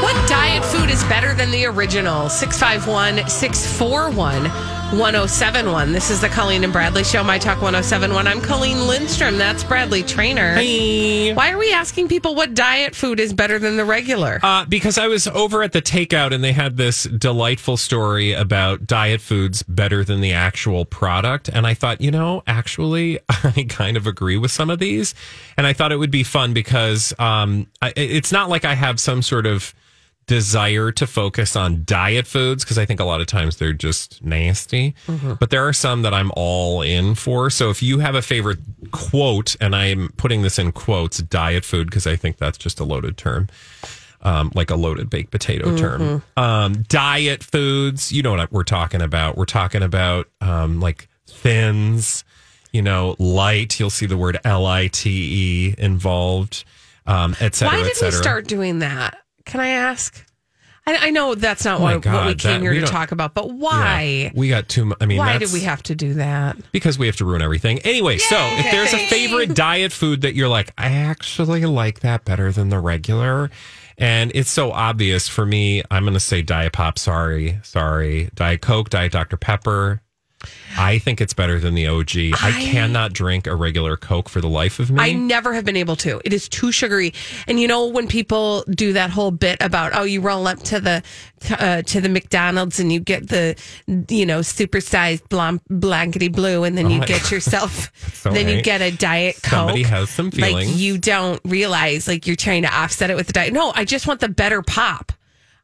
What diet food is better than the original? 651 641 1071. This is the Colleen and Bradley Show, My Talk 1071. I'm Colleen Lindstrom. That's Bradley Trainer. Why are we asking people what diet food is better than the regular? Uh, because I was over at the takeout and they had this delightful story about diet foods better than the actual product. And I thought, you know, actually, I kind of agree with some of these. And I thought it would be fun because um, I, it's not like I have some sort of desire to focus on diet foods because I think a lot of times they're just nasty. Mm-hmm. But there are some that I'm all in for. So if you have a favorite quote, and I'm putting this in quotes, diet food, because I think that's just a loaded term um, like a loaded baked potato Mm-hmm. term. Um, diet foods, you know what we're talking about. We're talking about um, like thins, you know, light. You'll see the word L I T E involved, um, et cetera, Why et did we cetera. start doing that? Can I ask? I, I know that's not Oh my what, what we God, came that- here we to don't- talk about, but Yeah. why? We got too much. I mean, Why that's do we have to do that? because we have to ruin everything. Anyway, so if there's a Yay! favorite diet food that you're like, I actually like that better than the regular. And it's so obvious for me. I'm going to say Diet Pop. Sorry, sorry. Diet Coke, Diet Dr. Pepper. I think it's better than the OG. I, I- cannot drink a regular Coke for the life of me. I never have been able to. It is too sugary. And you know when people do that whole bit about oh you roll up to the uh, to the McDonald's and you get the you know supersized blom- blankety blue and then you Oh my get God. yourself So, then you hey, get a diet coke. somebody has some Like feelings. you don't realize like you're trying to offset it with the diet. No, I just want the better pop.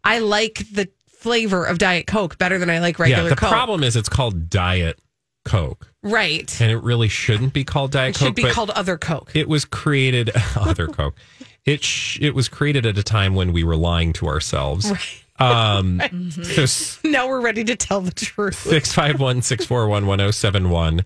I like the flavor of diet coke better than I like yeah, regular the coke. problem is it's called Diet Coke, right. and it really shouldn't be called Diet It Coke. should be but- called other coke. It was created other Coke. It sh- it was created at a time when we were lying to ourselves. Um, So now we're ready to tell the truth. six five one six four one one zero seven one.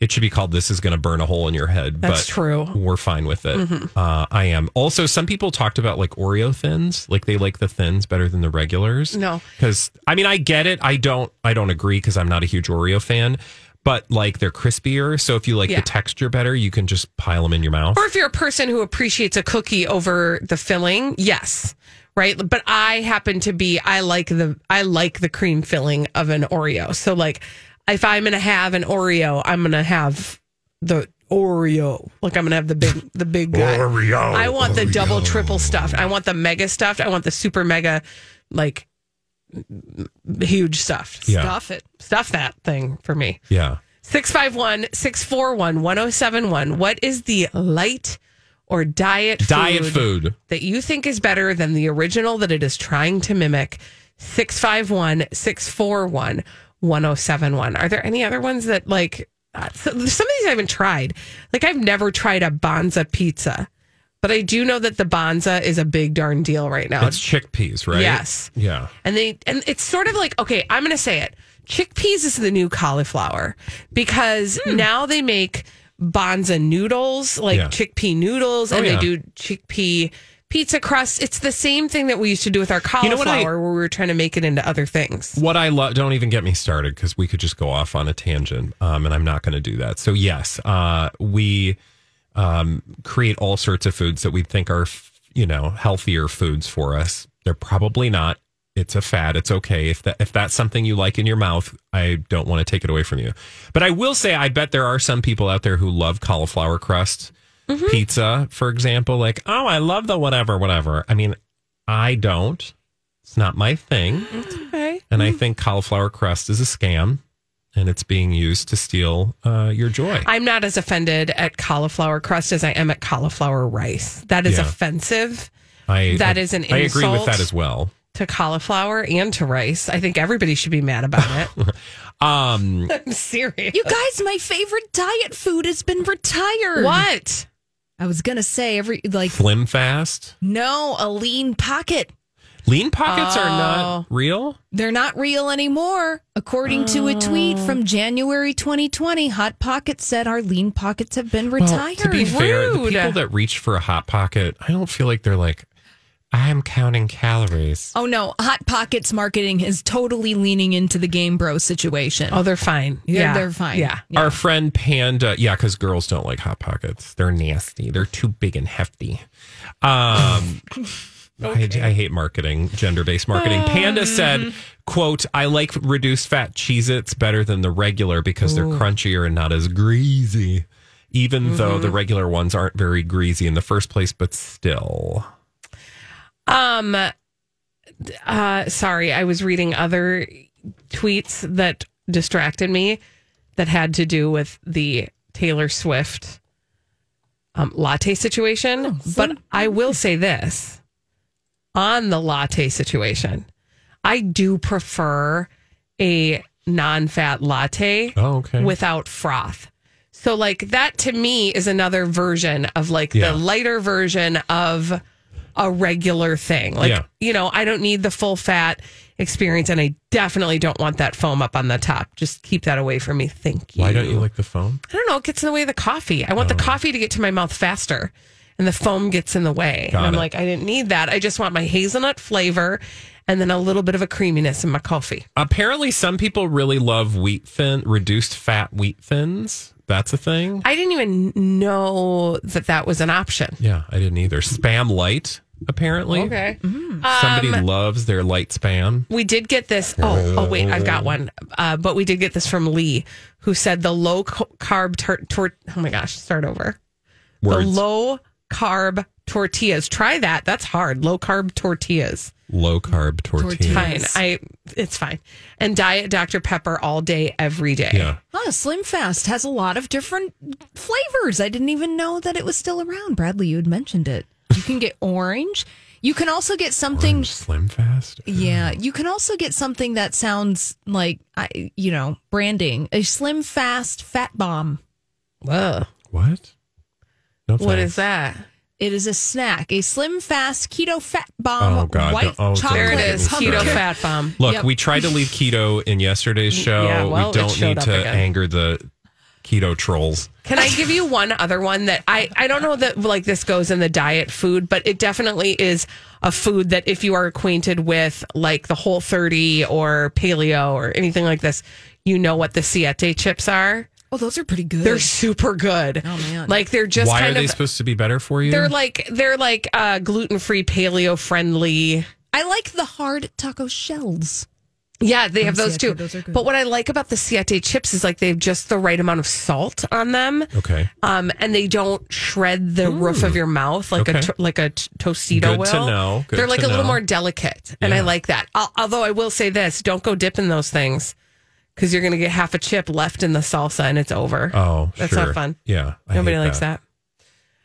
It should be called "This is going to burn a hole in your head." That's but true. Mm-hmm. We're fine with it. Uh, I am. Also, some people talked about like Oreo thins, like they like the thins better than the regulars. No. because I mean, I get it. I don't. I don't agree because I'm not a huge Oreo fan. But like they're crispier, so if you like Yeah. the texture better, you can just pile them in your mouth. Or if you're a person who appreciates a cookie over the filling, yes, right. But I happen to be I like the I like the cream filling of an Oreo. So like, if I'm gonna have an Oreo, I'm gonna have the Oreo. Like I'm gonna have the big the big guy. Oreo. I want the double Oreo. triple stuffed. I want the mega stuffed. I want the super mega like m- huge stuffed. Yeah. Stuff it. Stuff that thing for me. Yeah. 651 641 1071. What is the light or diet Diet food. that you think is better than the original that it is trying to mimic? 651 641 1071. Are there any other ones that, like, uh, so- there's some of these I haven't tried? Like, I've never tried a Bonza pizza, but I do know that the Bonza is a big darn deal right now. It's chickpeas, right? Yes. Yeah. And they and it's sort of like okay, I'm going to say it. Chickpeas is the new cauliflower because now they make bonza noodles, like Hmm. Yeah. Oh, chickpea noodles, and yeah. they do chickpea pizza crust. It's the same thing that we used to do with our cauliflower know what I- where we were trying to make it into other things. What I love, don't even get me started because we could just go off on a tangent, um, and I'm not going to do that. So, yes, uh, we um, create all sorts of foods that we think are, f- you know, healthier foods for us. They're probably not. It's a fad. It's okay. If, that, if that's something you like in your mouth, I don't want to take it away from you. But I will say, I bet there are some people out there who love cauliflower crust pizza, for example. Like, oh, I love the whatever, whatever. I mean, I don't. It's not my thing. Okay. And I think cauliflower crust is a scam and it's being used to steal uh, your joy. I'm not as offended at cauliflower crust as I am at cauliflower rice. That is Yeah. offensive I, that is an I agree with insult. that as well. to cauliflower and to rice. I think everybody should be mad about it. Um, I'm serious. You guys, my favorite diet food has been retired. what? I was gonna say every like Flim Fast. no, a lean pocket. Lean pockets are Oh. not real. They're not real anymore, according to a tweet Oh. from January 2020. Hot Pockets said our lean pockets have been retired. to be fair, the Rude. people that reach for a hot pocket, I don't feel like they're like, I'm counting calories. oh no, Hot Pockets marketing is totally leaning into the game bro situation. Oh, they're fine. They're- yeah, they're fine. Yeah. Our friend Panda, yeah, because girls don't like hot pockets. They're nasty. They're too big and hefty. Um, I, I hate marketing, gender-based marketing. Panda said, "quote I like reduced fat Cheez-Its better than the regular because they're crunchier and not as greasy, even though the regular ones aren't very greasy in the first place. But still, Um, uh, sorry, I was reading other tweets that distracted me that had to do with the Taylor Swift um, latte situation. but I will say this on the latte situation, I do prefer a non fat latte oh okay, without froth. So like that to me is another version of like Yeah. the lighter version of a regular thing. Like Yeah. you know, I don't need the full fat experience and I definitely don't want that foam up on the top. Just keep that away from me. Thank you. why don't you like Oh. the foam? I don't know, it gets in the way of the coffee. I want the coffee to get to my mouth faster. And the foam gets in the way. Got and I'm it. like, I didn't need that. I just want my hazelnut flavor and then a little bit of a creaminess in my coffee. Apparently, some people really love wheat thin, reduced fat wheat thins. That's a thing. I didn't even know that that was an option. Yeah, I didn't either. Spam light, apparently. Okay. Um, Somebody loves their light spam. Mm-hmm. We did get this. Oh, oh wait, I've got one. Uh, but we did get this from Lee, who said the low co- carb tor- tor- Oh my gosh, start over. Words. The Low-, low carb tortillas. Try that. That's hard. Low carb tortillas. carb tortilla. Fine. I. It's fine. And diet Dr Pepper all day, every day. Yeah. Huh, Slim Fast has a lot of different flavors. I didn't even know that it was still around. Bradley, you had mentioned it. You can get orange. You can also get something. Orange Mm, slim fast. Yeah, you can also get something that sounds like I, you know, branding a Slim Fast Fat Bomb. Whoa. What? No What thanks. is that? It is a snack, a Slim Fast Keto Fat Oh, Bomb God, white no. Oh, don't chocolate There it Chocolate is. pumpkin. Keto pumpkin. fat bomb. Look, Yep. we tried to leave keto in yesterday's show. Mm, yeah, well, we it don't showed need up to again. anger the keto trolls. Can I give you one other one that I I don't know that like this goes in the diet food, but it definitely is a food that if you are acquainted with like the Whole 30 or Paleo or anything like this, you know what the Siete chips are. Oh, those are pretty good. They're super good. Oh, man. Like they're just Why are kind they of supposed to be better for you? they're like they're like uh, gluten free, paleo friendly. I like the hard taco shells. Yeah, they have those Siete, too. those are good. But what I like about the Siete chips is like they have just the right amount of salt on them. okay. um, and they don't shred the roof of your mouth like Okay. a to- like a t- tostito Good will. to know. Good They're like to a little know. more delicate, and I Yeah. like that. Al although I will say this: don't go dipping those things because you're going to get half a chip left in the salsa, and it's over. Oh, That's sure. not fun. Yeah. I Nobody hate likes that.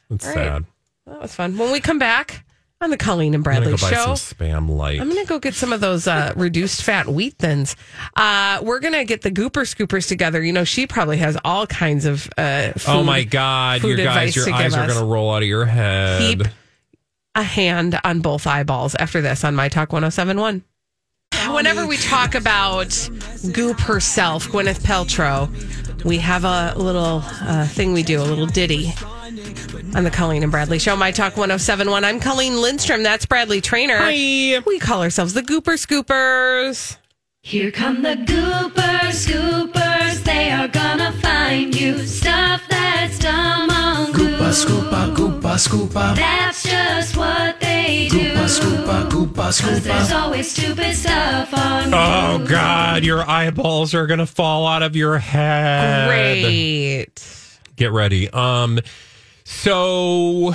That's All right. sad. That was fun. When we come back on the Colleen and I'm Bradley gonna go show, buy some spam light. I'm gonna go get some of those uh, reduced fat wheat thins. Uh, we're gonna get the Gooper Scoopers together. You know, she probably has all kinds of uh, food, oh my god, food you guys, advice your to eyes give are us. gonna roll out of your head. Keep a hand on both eyeballs after this on My Talk 1071. Whenever we talk about Goop herself, Gwyneth Paltrow, we have a little uh, thing we do, a little ditty on the Colleen and Bradley Show. My Talk 1071. I'm Colleen Lindstrom. That's Bradley Trainer. Hi. We call ourselves the Gooper Scoopers. Here come the goopers, scoopers, they are gonna find you. Stuff that's dumb on Goopa, goop. scoopa, goopa, scoopa. That's just what they do. Goopa, scoopa, goopa, Cause there's scoopa. always stupid stuff on Oh god, your eyeballs are gonna fall out of your head. Great. Get ready. Um so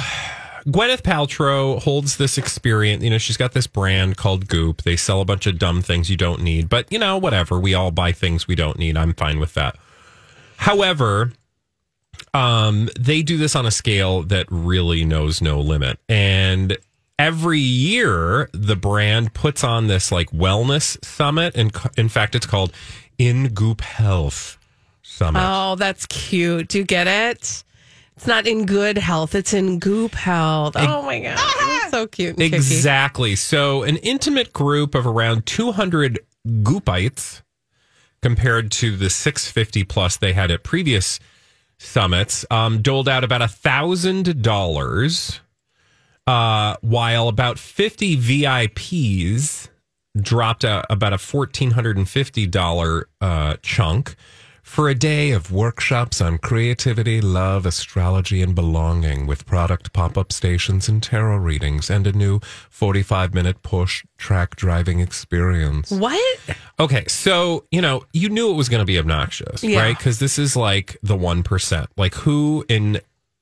Gwyneth Paltrow holds this experience. You know, she's got this brand called Goop. They sell a bunch of dumb things you don't need, but you know, whatever. We all buy things we don't need. I'm fine with that. However, um, they do this on a scale that really knows no limit. And every year, the brand puts on this like wellness summit. And co- in fact, it's called In Goop Health Summit. Oh, that's cute. Do you get it? It's not in good health. It's in goop health. Oh my god, Ah! It's so cute. and kicky. Exactly. So, an intimate group of around 200 goopites compared to the 650 plus they had at previous summits um, doled out about a thousand dollars, uh, while about 50 VIPs dropped a, about a fourteen hundred and fifty dollar uh, chunk. For a day of workshops on creativity, love, astrology, and belonging, with product pop up stations and tarot readings, and a new 45 minute push track driving experience. What? Okay, so you know, you knew it was going to be obnoxious, Yeah. right? Because this is like the one percent. Like, who in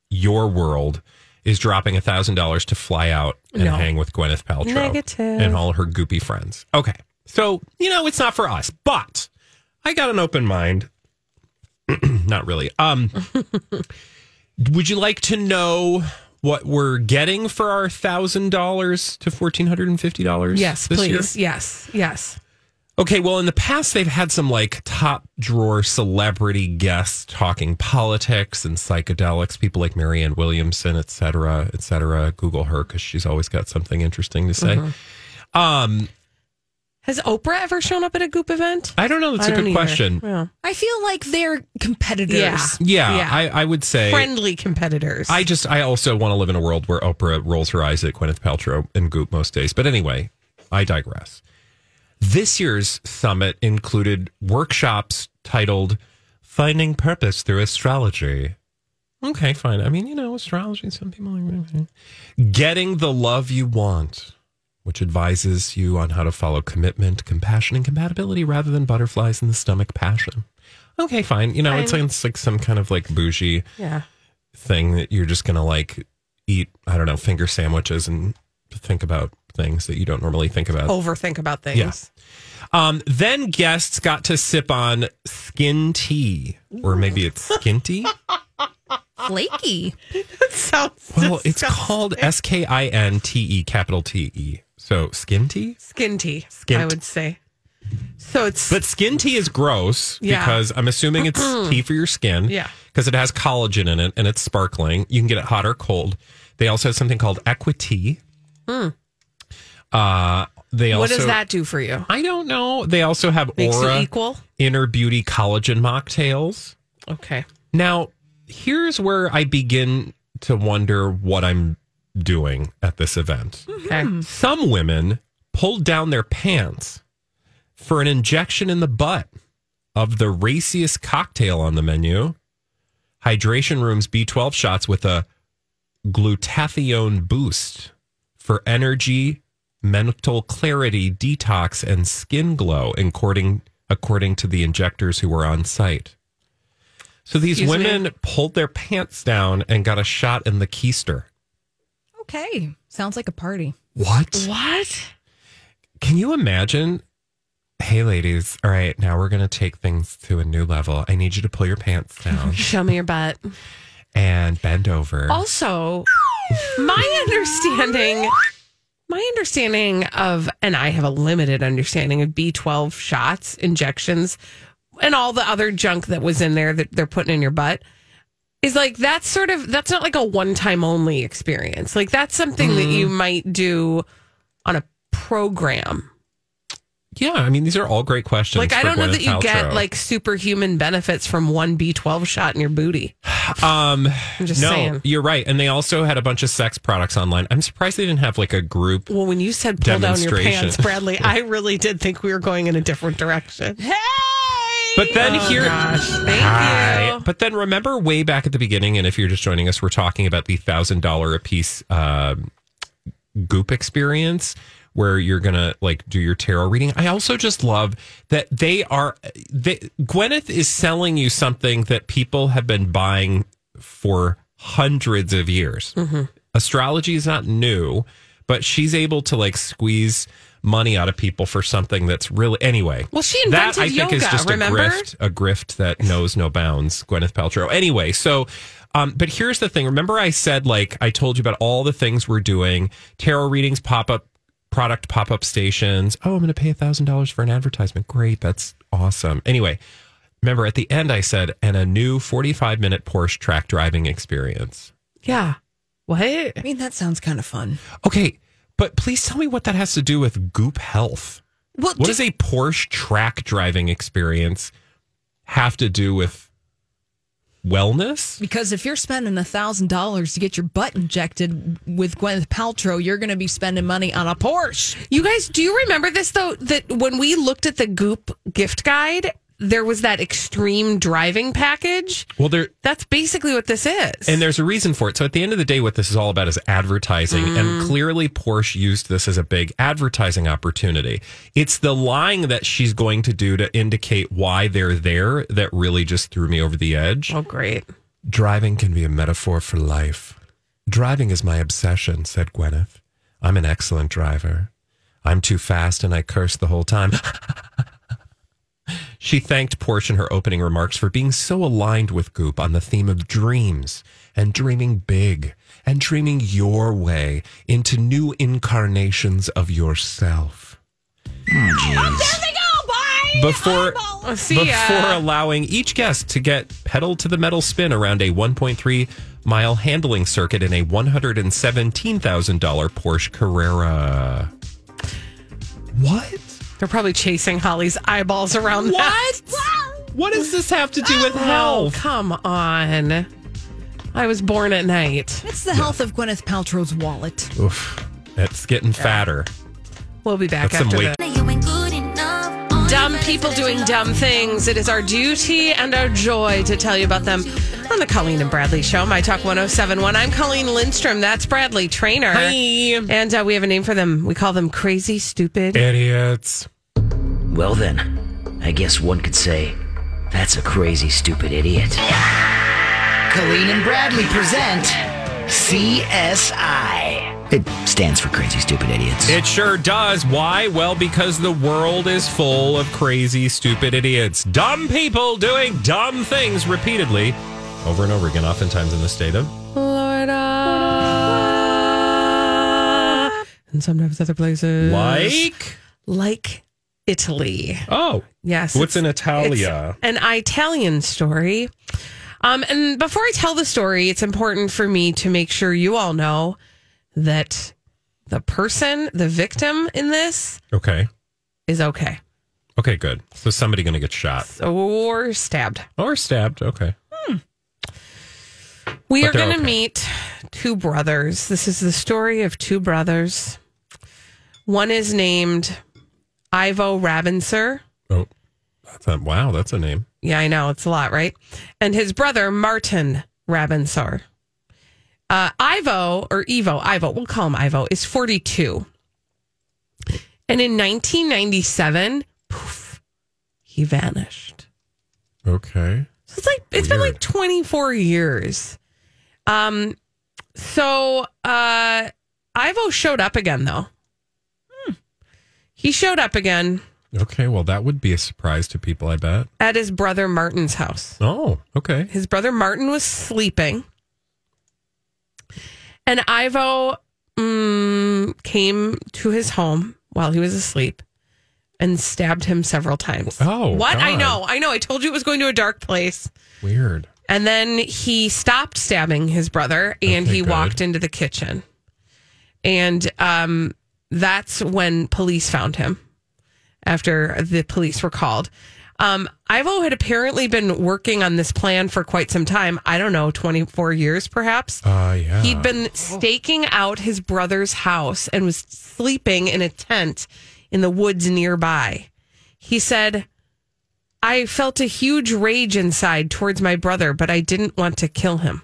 your world is dropping a thousand dollars to fly out and No. hang with Gwyneth Paltrow Negative. and all her goopy friends? Okay, so you know, it's not for us, but I got an open mind. not really. Um, would you like to know? What we're getting for our thousand dollars to fourteen hundred and fifty dollars? Yes, this year? please. Yes, yes. Okay, well, in the past, they've had some like top drawer celebrity guests talking politics and psychedelics, people like Marianne Williamson, et cetera, et cetera. Google her because she's always got something interesting to say. Mm-hmm. Um, Has Oprah ever shown up at a goop event? I don't know. That's I a don't good either. question. Yeah. I feel like they're competitors. Yeah. Yeah, Yeah. I, I would say. Friendly competitors. I just, I also want to live in a world where Oprah rolls her eyes at Gwyneth Paltrow and Goop most days. But anyway, I digress. This year's summit included workshops titled Finding Purpose Through Astrology. Okay, fine. I mean, you know, astrology, some people are getting the love you want, which advises you on how to follow commitment, compassion, and compatibility rather than butterflies in the stomach passion. Okay, fine. You know, it sounds like some kind of like bougie yeah. thing that you're just gonna like eat i don't know finger sandwiches and think about things that you don't normally think about Overthink about things. Yeah. um, then guests got to sip on skin tea or maybe it's skinty Flaky. That sounds well it's disgusting. called s-k-i-n-t-e E, capital t-e so skin tea skin tea. Skint. I would say. So it's but skin tea is gross Yeah. because i'm assuming it's tea for your skin Yeah. because it has collagen in it and it's sparkling you can get it hot or cold they also have something called equity uh they Mm. what also does that do for you? I don't know. They also have Makes Aura you equal. Inner Beauty Collagen Mocktails. Okay. Now, here's where I begin to wonder what I'm doing at this event. Okay. Hmm. Some women pulled down their pants for an injection in the butt of the raciest cocktail on the menu. Hydration Room's B12 shots with a glutathione boost for energy, mental clarity, detox, and skin glow, according according to the injectors who were on site. So these Excuse me? women pulled their pants down and got a shot in the keister. Okay. Sounds like a party. What? What? Can you imagine? Hey, ladies. All right, now we're going to take things to a new level. I need you to pull your pants down Show me your butt. and bend over. Also, my understanding, my understanding of, and I have a limited understanding of B12 shots, injections, and all the other junk that was in there that they're putting in your butt is like that's sort of that's not like a one time only experience. Like that's something that Mm-hmm. you might do on a program. yeah, I mean, these are all great questions. Like I for don't know Gwyneth that you get Paltrow. like superhuman benefits from one B12 shot in your booty. Um, I'm just no, saying. you're right. And they also had a bunch of sex products online. I'm surprised they didn't have like a group. Well, when you said pull down your Demonstration. pants, Bradley, I really did think we were going in a different direction. Hey! But then Oh, here, Thank Hi. you. But then remember way back at the beginning, and if you're just joining us, we're talking about the thousand dollar a piece um goop experience where you're gonna like do your tarot reading. I also just love that they are they, Gwyneth is selling you Mm-hmm. something that people have been buying for hundreds of years. Astrology is not new, but she's able to like squeeze money out of people for something that's really anyway. Well, she that I invented think yoga. is just remember? a grift, a grift that knows no bounds. Gwyneth Paltrow. Anyway, so. Um, but here's the thing. Remember, I said like I told you about all the things we're doing: tarot readings, pop up product, pop up stations. Oh, I'm going to pay thousand dollars for an advertisement. Great, that's awesome. Anyway, remember at the end I said, and a new 45 minute Porsche track driving experience. Yeah. What? I mean, that sounds kind of fun. Okay, but please tell me what that has to do with Goop Health. Well, What ju- does a Porsche track driving experience have to do with wellness? because if you're spending a thousand dollars to get your butt injected with Gwyneth Paltrow, you're going to be spending money on a Porsche. You guys, do you remember this though? That when we looked at the Goop gift guide, there was that extreme driving package. Well, there That's basically what this is. and there's a reason for it. So at the end of the day, what this is all about is advertising, and clearly Porsche used this as a big advertising opportunity. It's the lying that she's going to do to indicate why they're there that really just threw me over the edge. oh, great. Driving can be a metaphor for life. Driving is my obsession, said Gwyneth. I'm an excellent driver. I'm too fast and I curse the whole time. she thanked Porsche in her opening remarks for being so aligned with Goop on the theme of dreams and dreaming big and dreaming your way into new incarnations of yourself. Hmm, Oh, Before Oh, see ya. before allowing each guest to get pedal to the metal spin around a 1.3 mile handling circuit in a $117,000 Porsche Carrera. What? They're probably chasing Holly's eyeballs around. What? What does this have to do with Oh, health? come on. I was born at night. It's the health of Gwyneth Paltrow's wallet. Oof, that's getting fatter. We'll be back That's some after weight. this. Dumb people doing dumb things. It is our duty and our joy to tell you about them on the Colleen and Bradley Show, My Talk 1071. I'm Colleen Lindstrom. That's Bradley Trainer. And uh, we have a name for them. We call them crazy, stupid. Idiots. Well, then, I guess one could say that's a crazy, stupid idiot. Colleen and Bradley present CSI. It stands for Crazy, Stupid Idiots. It sure does. Why? Well, because the world is full of crazy, stupid idiots. Dumb people doing dumb things repeatedly over and over again, oftentimes in the state of Florida. And sometimes other places. like. Like Italy. Oh, Yes. it's- What's in It's Italia? An Italian story. Um, and before I tell the story, it's important for me to make sure you all know that the person, the victim in this, Okay. is okay Okay, good. So somebody going to get shot or stabbed. or stabbed. Okay. We But are they're going to okay. meet two brothers. This is the story of two brothers. One is named Ivo Rabinser. Oh, that's a, wow. That's a name. Yeah, I know. It's a lot, right? And his brother, Martin Rabinsar. Uh, Ivo, or Evo, Ivo, we'll call him Ivo, is 42. And in 1997, poof, he vanished. Okay. So it's like it's been Weird. like 24 years. Um, so uh, Ivo showed up again, though. He showed up again Okay. Well, that would be a surprise to people, I bet. at his brother Martin's house. Oh, okay. his brother Martin was sleeping, and Ivo mm, came to his home while he was asleep and stabbed him several times. Oh, what I God. know, I know. I told you it was going to a dark place, Weird. and then he stopped stabbing his brother, and Okay, he good. walked into the kitchen, and um, that's when police found him. After the police were called, um, Ivo had apparently been working on this plan for quite some time. I don't know, 24 years perhaps. Uh, yeah. He'd been staking out his brother's house and was sleeping in a tent in the woods nearby. He said, I felt a huge rage inside towards my brother, but I didn't want to kill him.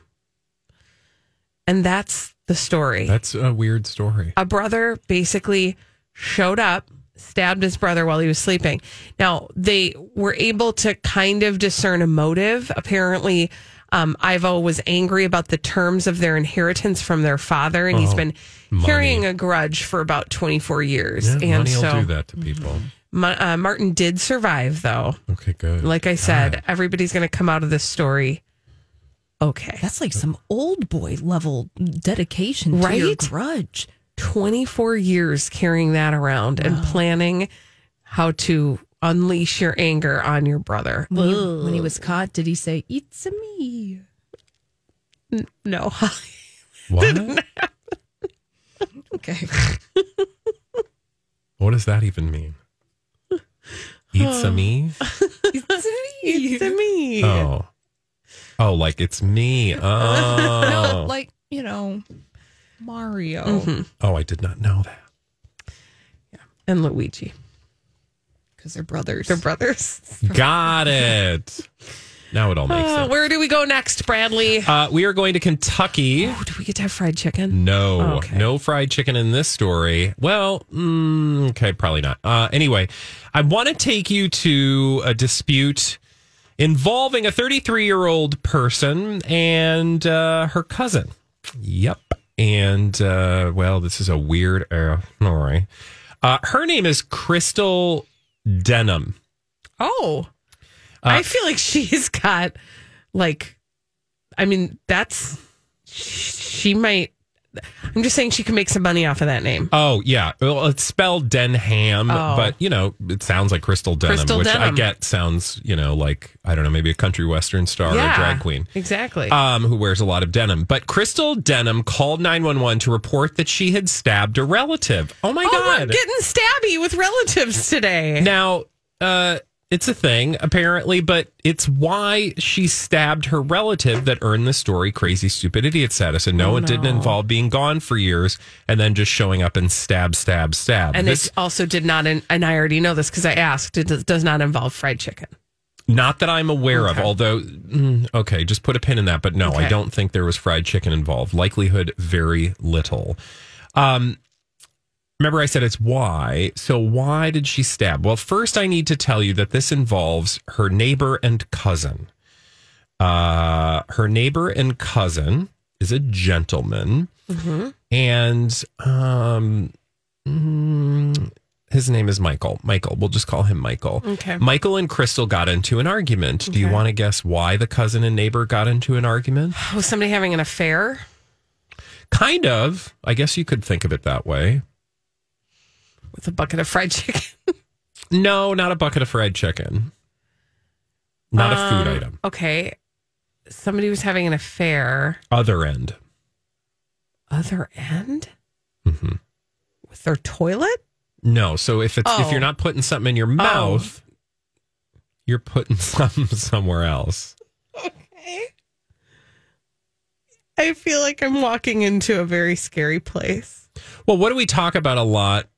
And that's the story. That's a weird story. A brother basically showed up, stabbed his brother while he was sleeping. Now, they were able to kind of discern a motive. Apparently, Um, Ivo was angry about the terms of their inheritance from their father, and he's Oh, been money. carrying a grudge for about 24 years. Yeah, and money so will do that to people. Ma- uh, Martin did survive, though. Okay, good. Like I said, everybody's going to come out of this story okay. That's like some old boy level dedication to your Right? grudge. 24 years carrying that around and planning how to unleash your anger on your brother. When he, when he was caught, did he say, It's a me? No. What? Okay. what does that even mean? Eats a me? it's to me. Oh. Oh, like it's me. No, Oh. like, you know, Mario. Oh, I did not know that. And Luigi. Because they're brothers. They're brothers. Got it. Now it all makes Uh, sense. where do we go next, Bradley? Uh, we are going to Kentucky. Oh, do we get to have fried chicken? Oh, No, Okay. no fried chicken in this story. Well, mm, okay, probably not. Uh, anyway, I want to take you to a dispute involving a 33 year old person and uh, her cousin. Yep. And, uh, well, this is a weird era. All right. Uh, her name is Crystal Denham. Oh, Uh, I feel like she's got like, I mean, that's she might. I'm just saying she can make some money off of that name. Oh yeah, well, it's spelled Denham, Oh. but you know it sounds like Crystal Denham, Crystal which I Denham. get sounds you know like I don't know maybe a country western star or a drag queen. exactly. Um, who wears a lot of denim. But Crystal Denham called 911 to report that she had stabbed a relative. Oh my oh, we're God. getting stabby with relatives today. now, uh, it's a thing apparently, but it's why she stabbed her relative that earned the story crazy, stupid idiot Oh, status. And no, it didn't involve being gone for years and then just showing up and stab, stab, stab. and this, it also did not, and I already know this because I asked. It does- does not involve fried chicken. Not that I'm aware of, although, mm, okay, just put a pin in that. But no, I Okay. don't think there was fried chicken involved. Likelihood, very little. Um, remember, I said it's why. So, why did she stab? Well, first, I need to tell you that this involves her neighbor and cousin. Uh, her neighbor and cousin is a gentleman, and um, mm, his name is Michael. Michael, we'll just call him Michael. Okay. Michael and Crystal got into an argument. Do you want to guess why the cousin and neighbor got into an argument? Was Oh, somebody having an affair? Kind of. I guess you could think of it that way. with a bucket of fried chicken. No, not a bucket of fried chicken. Not a food Um, item. Okay. Somebody was having an affair. Other end. Other end? Mhm. With their toilet? No. So if it's if Oh. you're not putting something in your mouth, you're putting something somewhere else. I feel like I'm walking into a very scary place. Well, what do we talk about a lot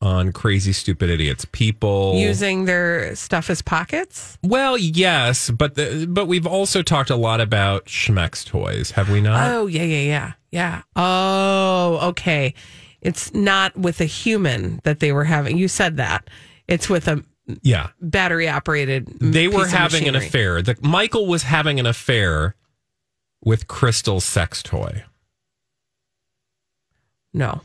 on Crazy Stupid Idiots? People Using their stuff as pockets? Well, yes, but the, but we've also talked a lot about Schmeck's toys, have we not? oh, yeah, yeah, yeah. Yeah. Oh, okay. It's not with a human that they were having. You said that. It's with a yeah. battery operated. They were having an affair. The, Michael was having an affair with Crystal's sex toy. No.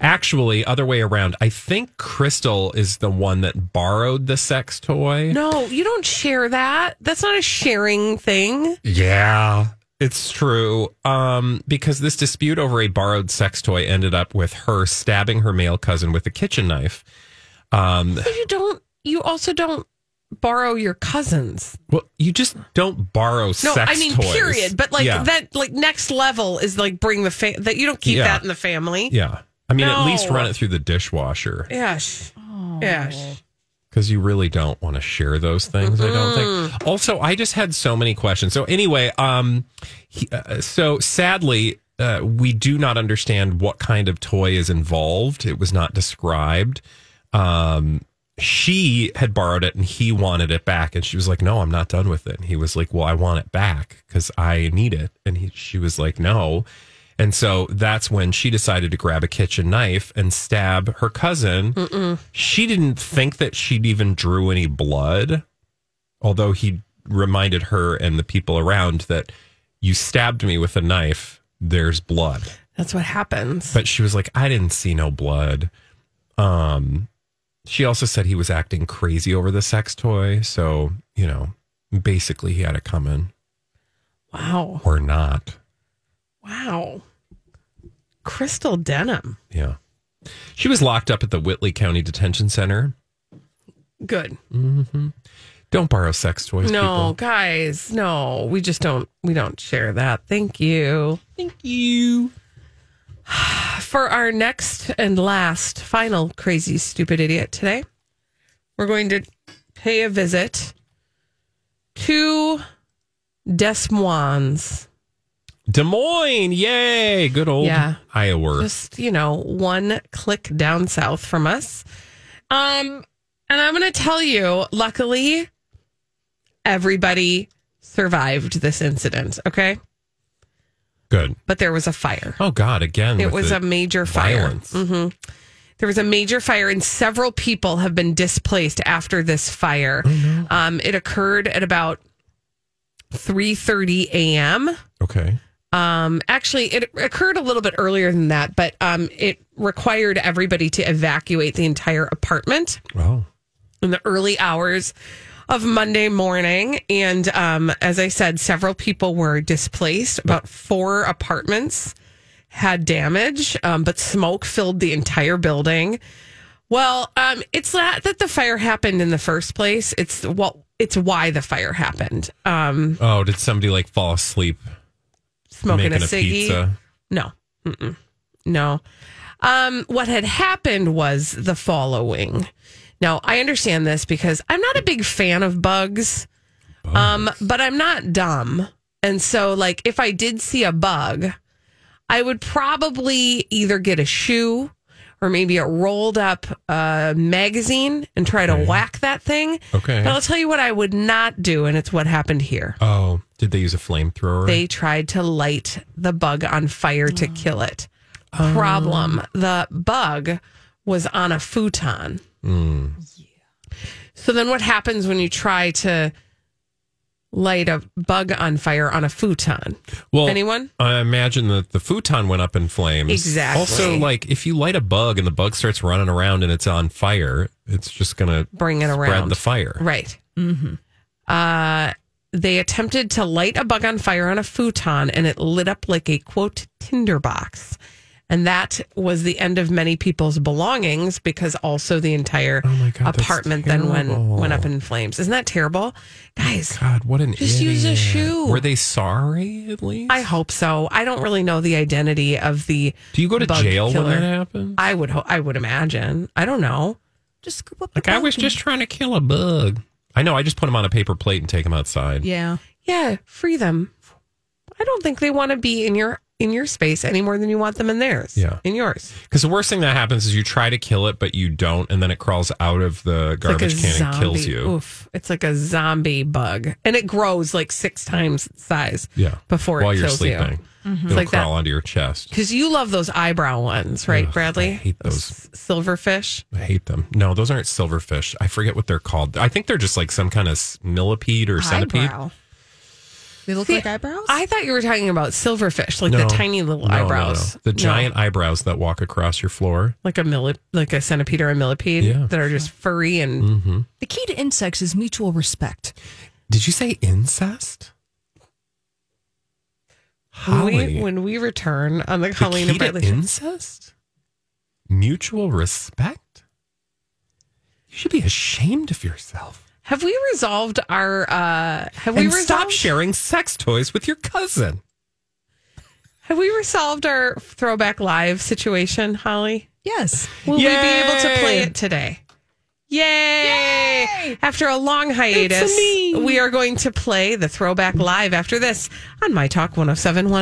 Actually, other way around. I think Crystal is the one that borrowed the sex toy. No, you don't share that. That's not a sharing thing. Yeah. It's true. Um, because this dispute over a borrowed sex toy ended up with her stabbing her male cousin with a kitchen knife. Um, But you don't. You also don't borrow your cousins. well, you just don't borrow No, sex I mean toys. period. But like Yeah. that, like next level is like bring the fa- that you don't keep Yeah. that in the family. Yeah. I mean, at least No. run it through the dishwasher. Yes. Yes. because you really don't want to share those things. I don't think. Also, I just had so many questions. So anyway, um, he, uh, so sadly, uh, we do not understand what kind of toy is involved. It was not described. Um, she had borrowed it and he wanted it back, and she was like, "No, I'm not done with it." And he was like, "Well, I want it back because I need it," and he, she was like, "No." And so that's when she decided to grab a kitchen knife and stab her cousin she didn't think that she'd even drew any blood, although he reminded her and the people around that you stabbed me with a knife. There's blood. That's what happens. But she was like, I didn't see no blood. Um, she also said he was acting crazy over the sex toy. So, you know, basically he had it coming Wow. or not. Wow. Crystal denim. Yeah. She was locked up at the Whitley County Detention Center. Good. Don't borrow sex toys, no, people. guys, no. We just don't we don't share that. Thank you. Thank you. For our next and last final crazy stupid idiot today, we're going to pay a visit to Des Moines. Des Moines, yay! Good old Yeah. Iowa. just you know one click down south from us um and i'm going to tell you luckily everybody survived this incident okay Good. but there was a fire Oh God, again. it with was the a major fire Mm-hmm. violence. there was a major fire and several people have been displaced after this fire Oh, um it occurred at about 3:30 a.m. Okay. Um, actually, it occurred a little bit earlier than that, but um, it required everybody to evacuate the entire apartment Well, in the early hours of Monday morning. And um, as I said, several people were displaced. About four apartments had damage, um, but smoke filled the entire building. Well, um, it's not that the fire happened in the first place. It's what it's why the fire happened. Um, oh, did somebody like fall asleep smoking making a a, ciggy. pizza? No. Mm-mm. No. Um, what had happened was the following. Now, I understand this because I'm not a big fan of bugs, Um, but I'm not dumb. And so, like, if I did see a bug, I would probably either get a shoe or maybe a rolled up uh, magazine and try to whack that thing. Okay. But I'll tell you what I would not do, and it's what happened here. Oh, did they use a flamethrower? They tried to light the bug on fire to kill it. Problem the bug was on a futon. So then what happens when you try to light a bug on fire on a futon? well, anyone? I imagine that the futon went up in flames. Exactly. Also, like if you light a bug and the bug starts running around and it's on fire, it's just gonna Bring it spread around. the fire. Right. Mm-hmm. Uh, they attempted to light a bug on fire on a futon and it lit up like a quote tinderbox. And that was the end of many people's belongings because also the entire Oh my God, that's apartment then went terrible. Oh went up in flames. Isn't that terrible? Guys, God, what an Just use a idiot. shoe. Were they sorry at least? I hope so. I don't really know the identity of the Do you go to bug jail killer. when that happens? I would ho- I would imagine. I don't know. Just scoop up. Like the I was balcony. just trying to kill a bug. I know. I just put them on a paper plate and take them outside. Yeah. Yeah, free them. I don't think they want to be in your in your space any more than you want them in theirs. Yeah. In yours. Because the worst thing that happens is you try to kill it, but you don't, and then it crawls out of the garbage can and kills you. Oof. It's like a zombie bug. And it grows like six times its size. Yeah, Before while it you're kills sleeping, you. Mm-hmm. it'll like that. crawl onto your chest. Because you love those eyebrow ones, right, Ugh, Bradley? I hate those. S- Silverfish. I hate them. No, those aren't silverfish. I forget what they're called. I think they're just like some kind of s- millipede or centipede. Eyebrow. They look See, like eyebrows. I thought you were talking about silverfish, like No. the tiny little No, no, no. eyebrows. the No. giant eyebrows that walk across your floor. like a millip, like a centipede or a millipede Yeah. that are just furry and the key to insects is mutual respect. Mm-hmm. Did you say incest? When Holly, we, when we return on the the Colleen key and to Bradley show- incest, mutual respect. You should be ashamed of yourself. have we resolved our uh have we and resolved stop sharing sex toys with your cousin. have we resolved our throwback live situation, Holly? Yes. Will we be able to play Yay! it today? Yay! After a long hiatus, we are going to play the throwback live after this on My Talk 1071.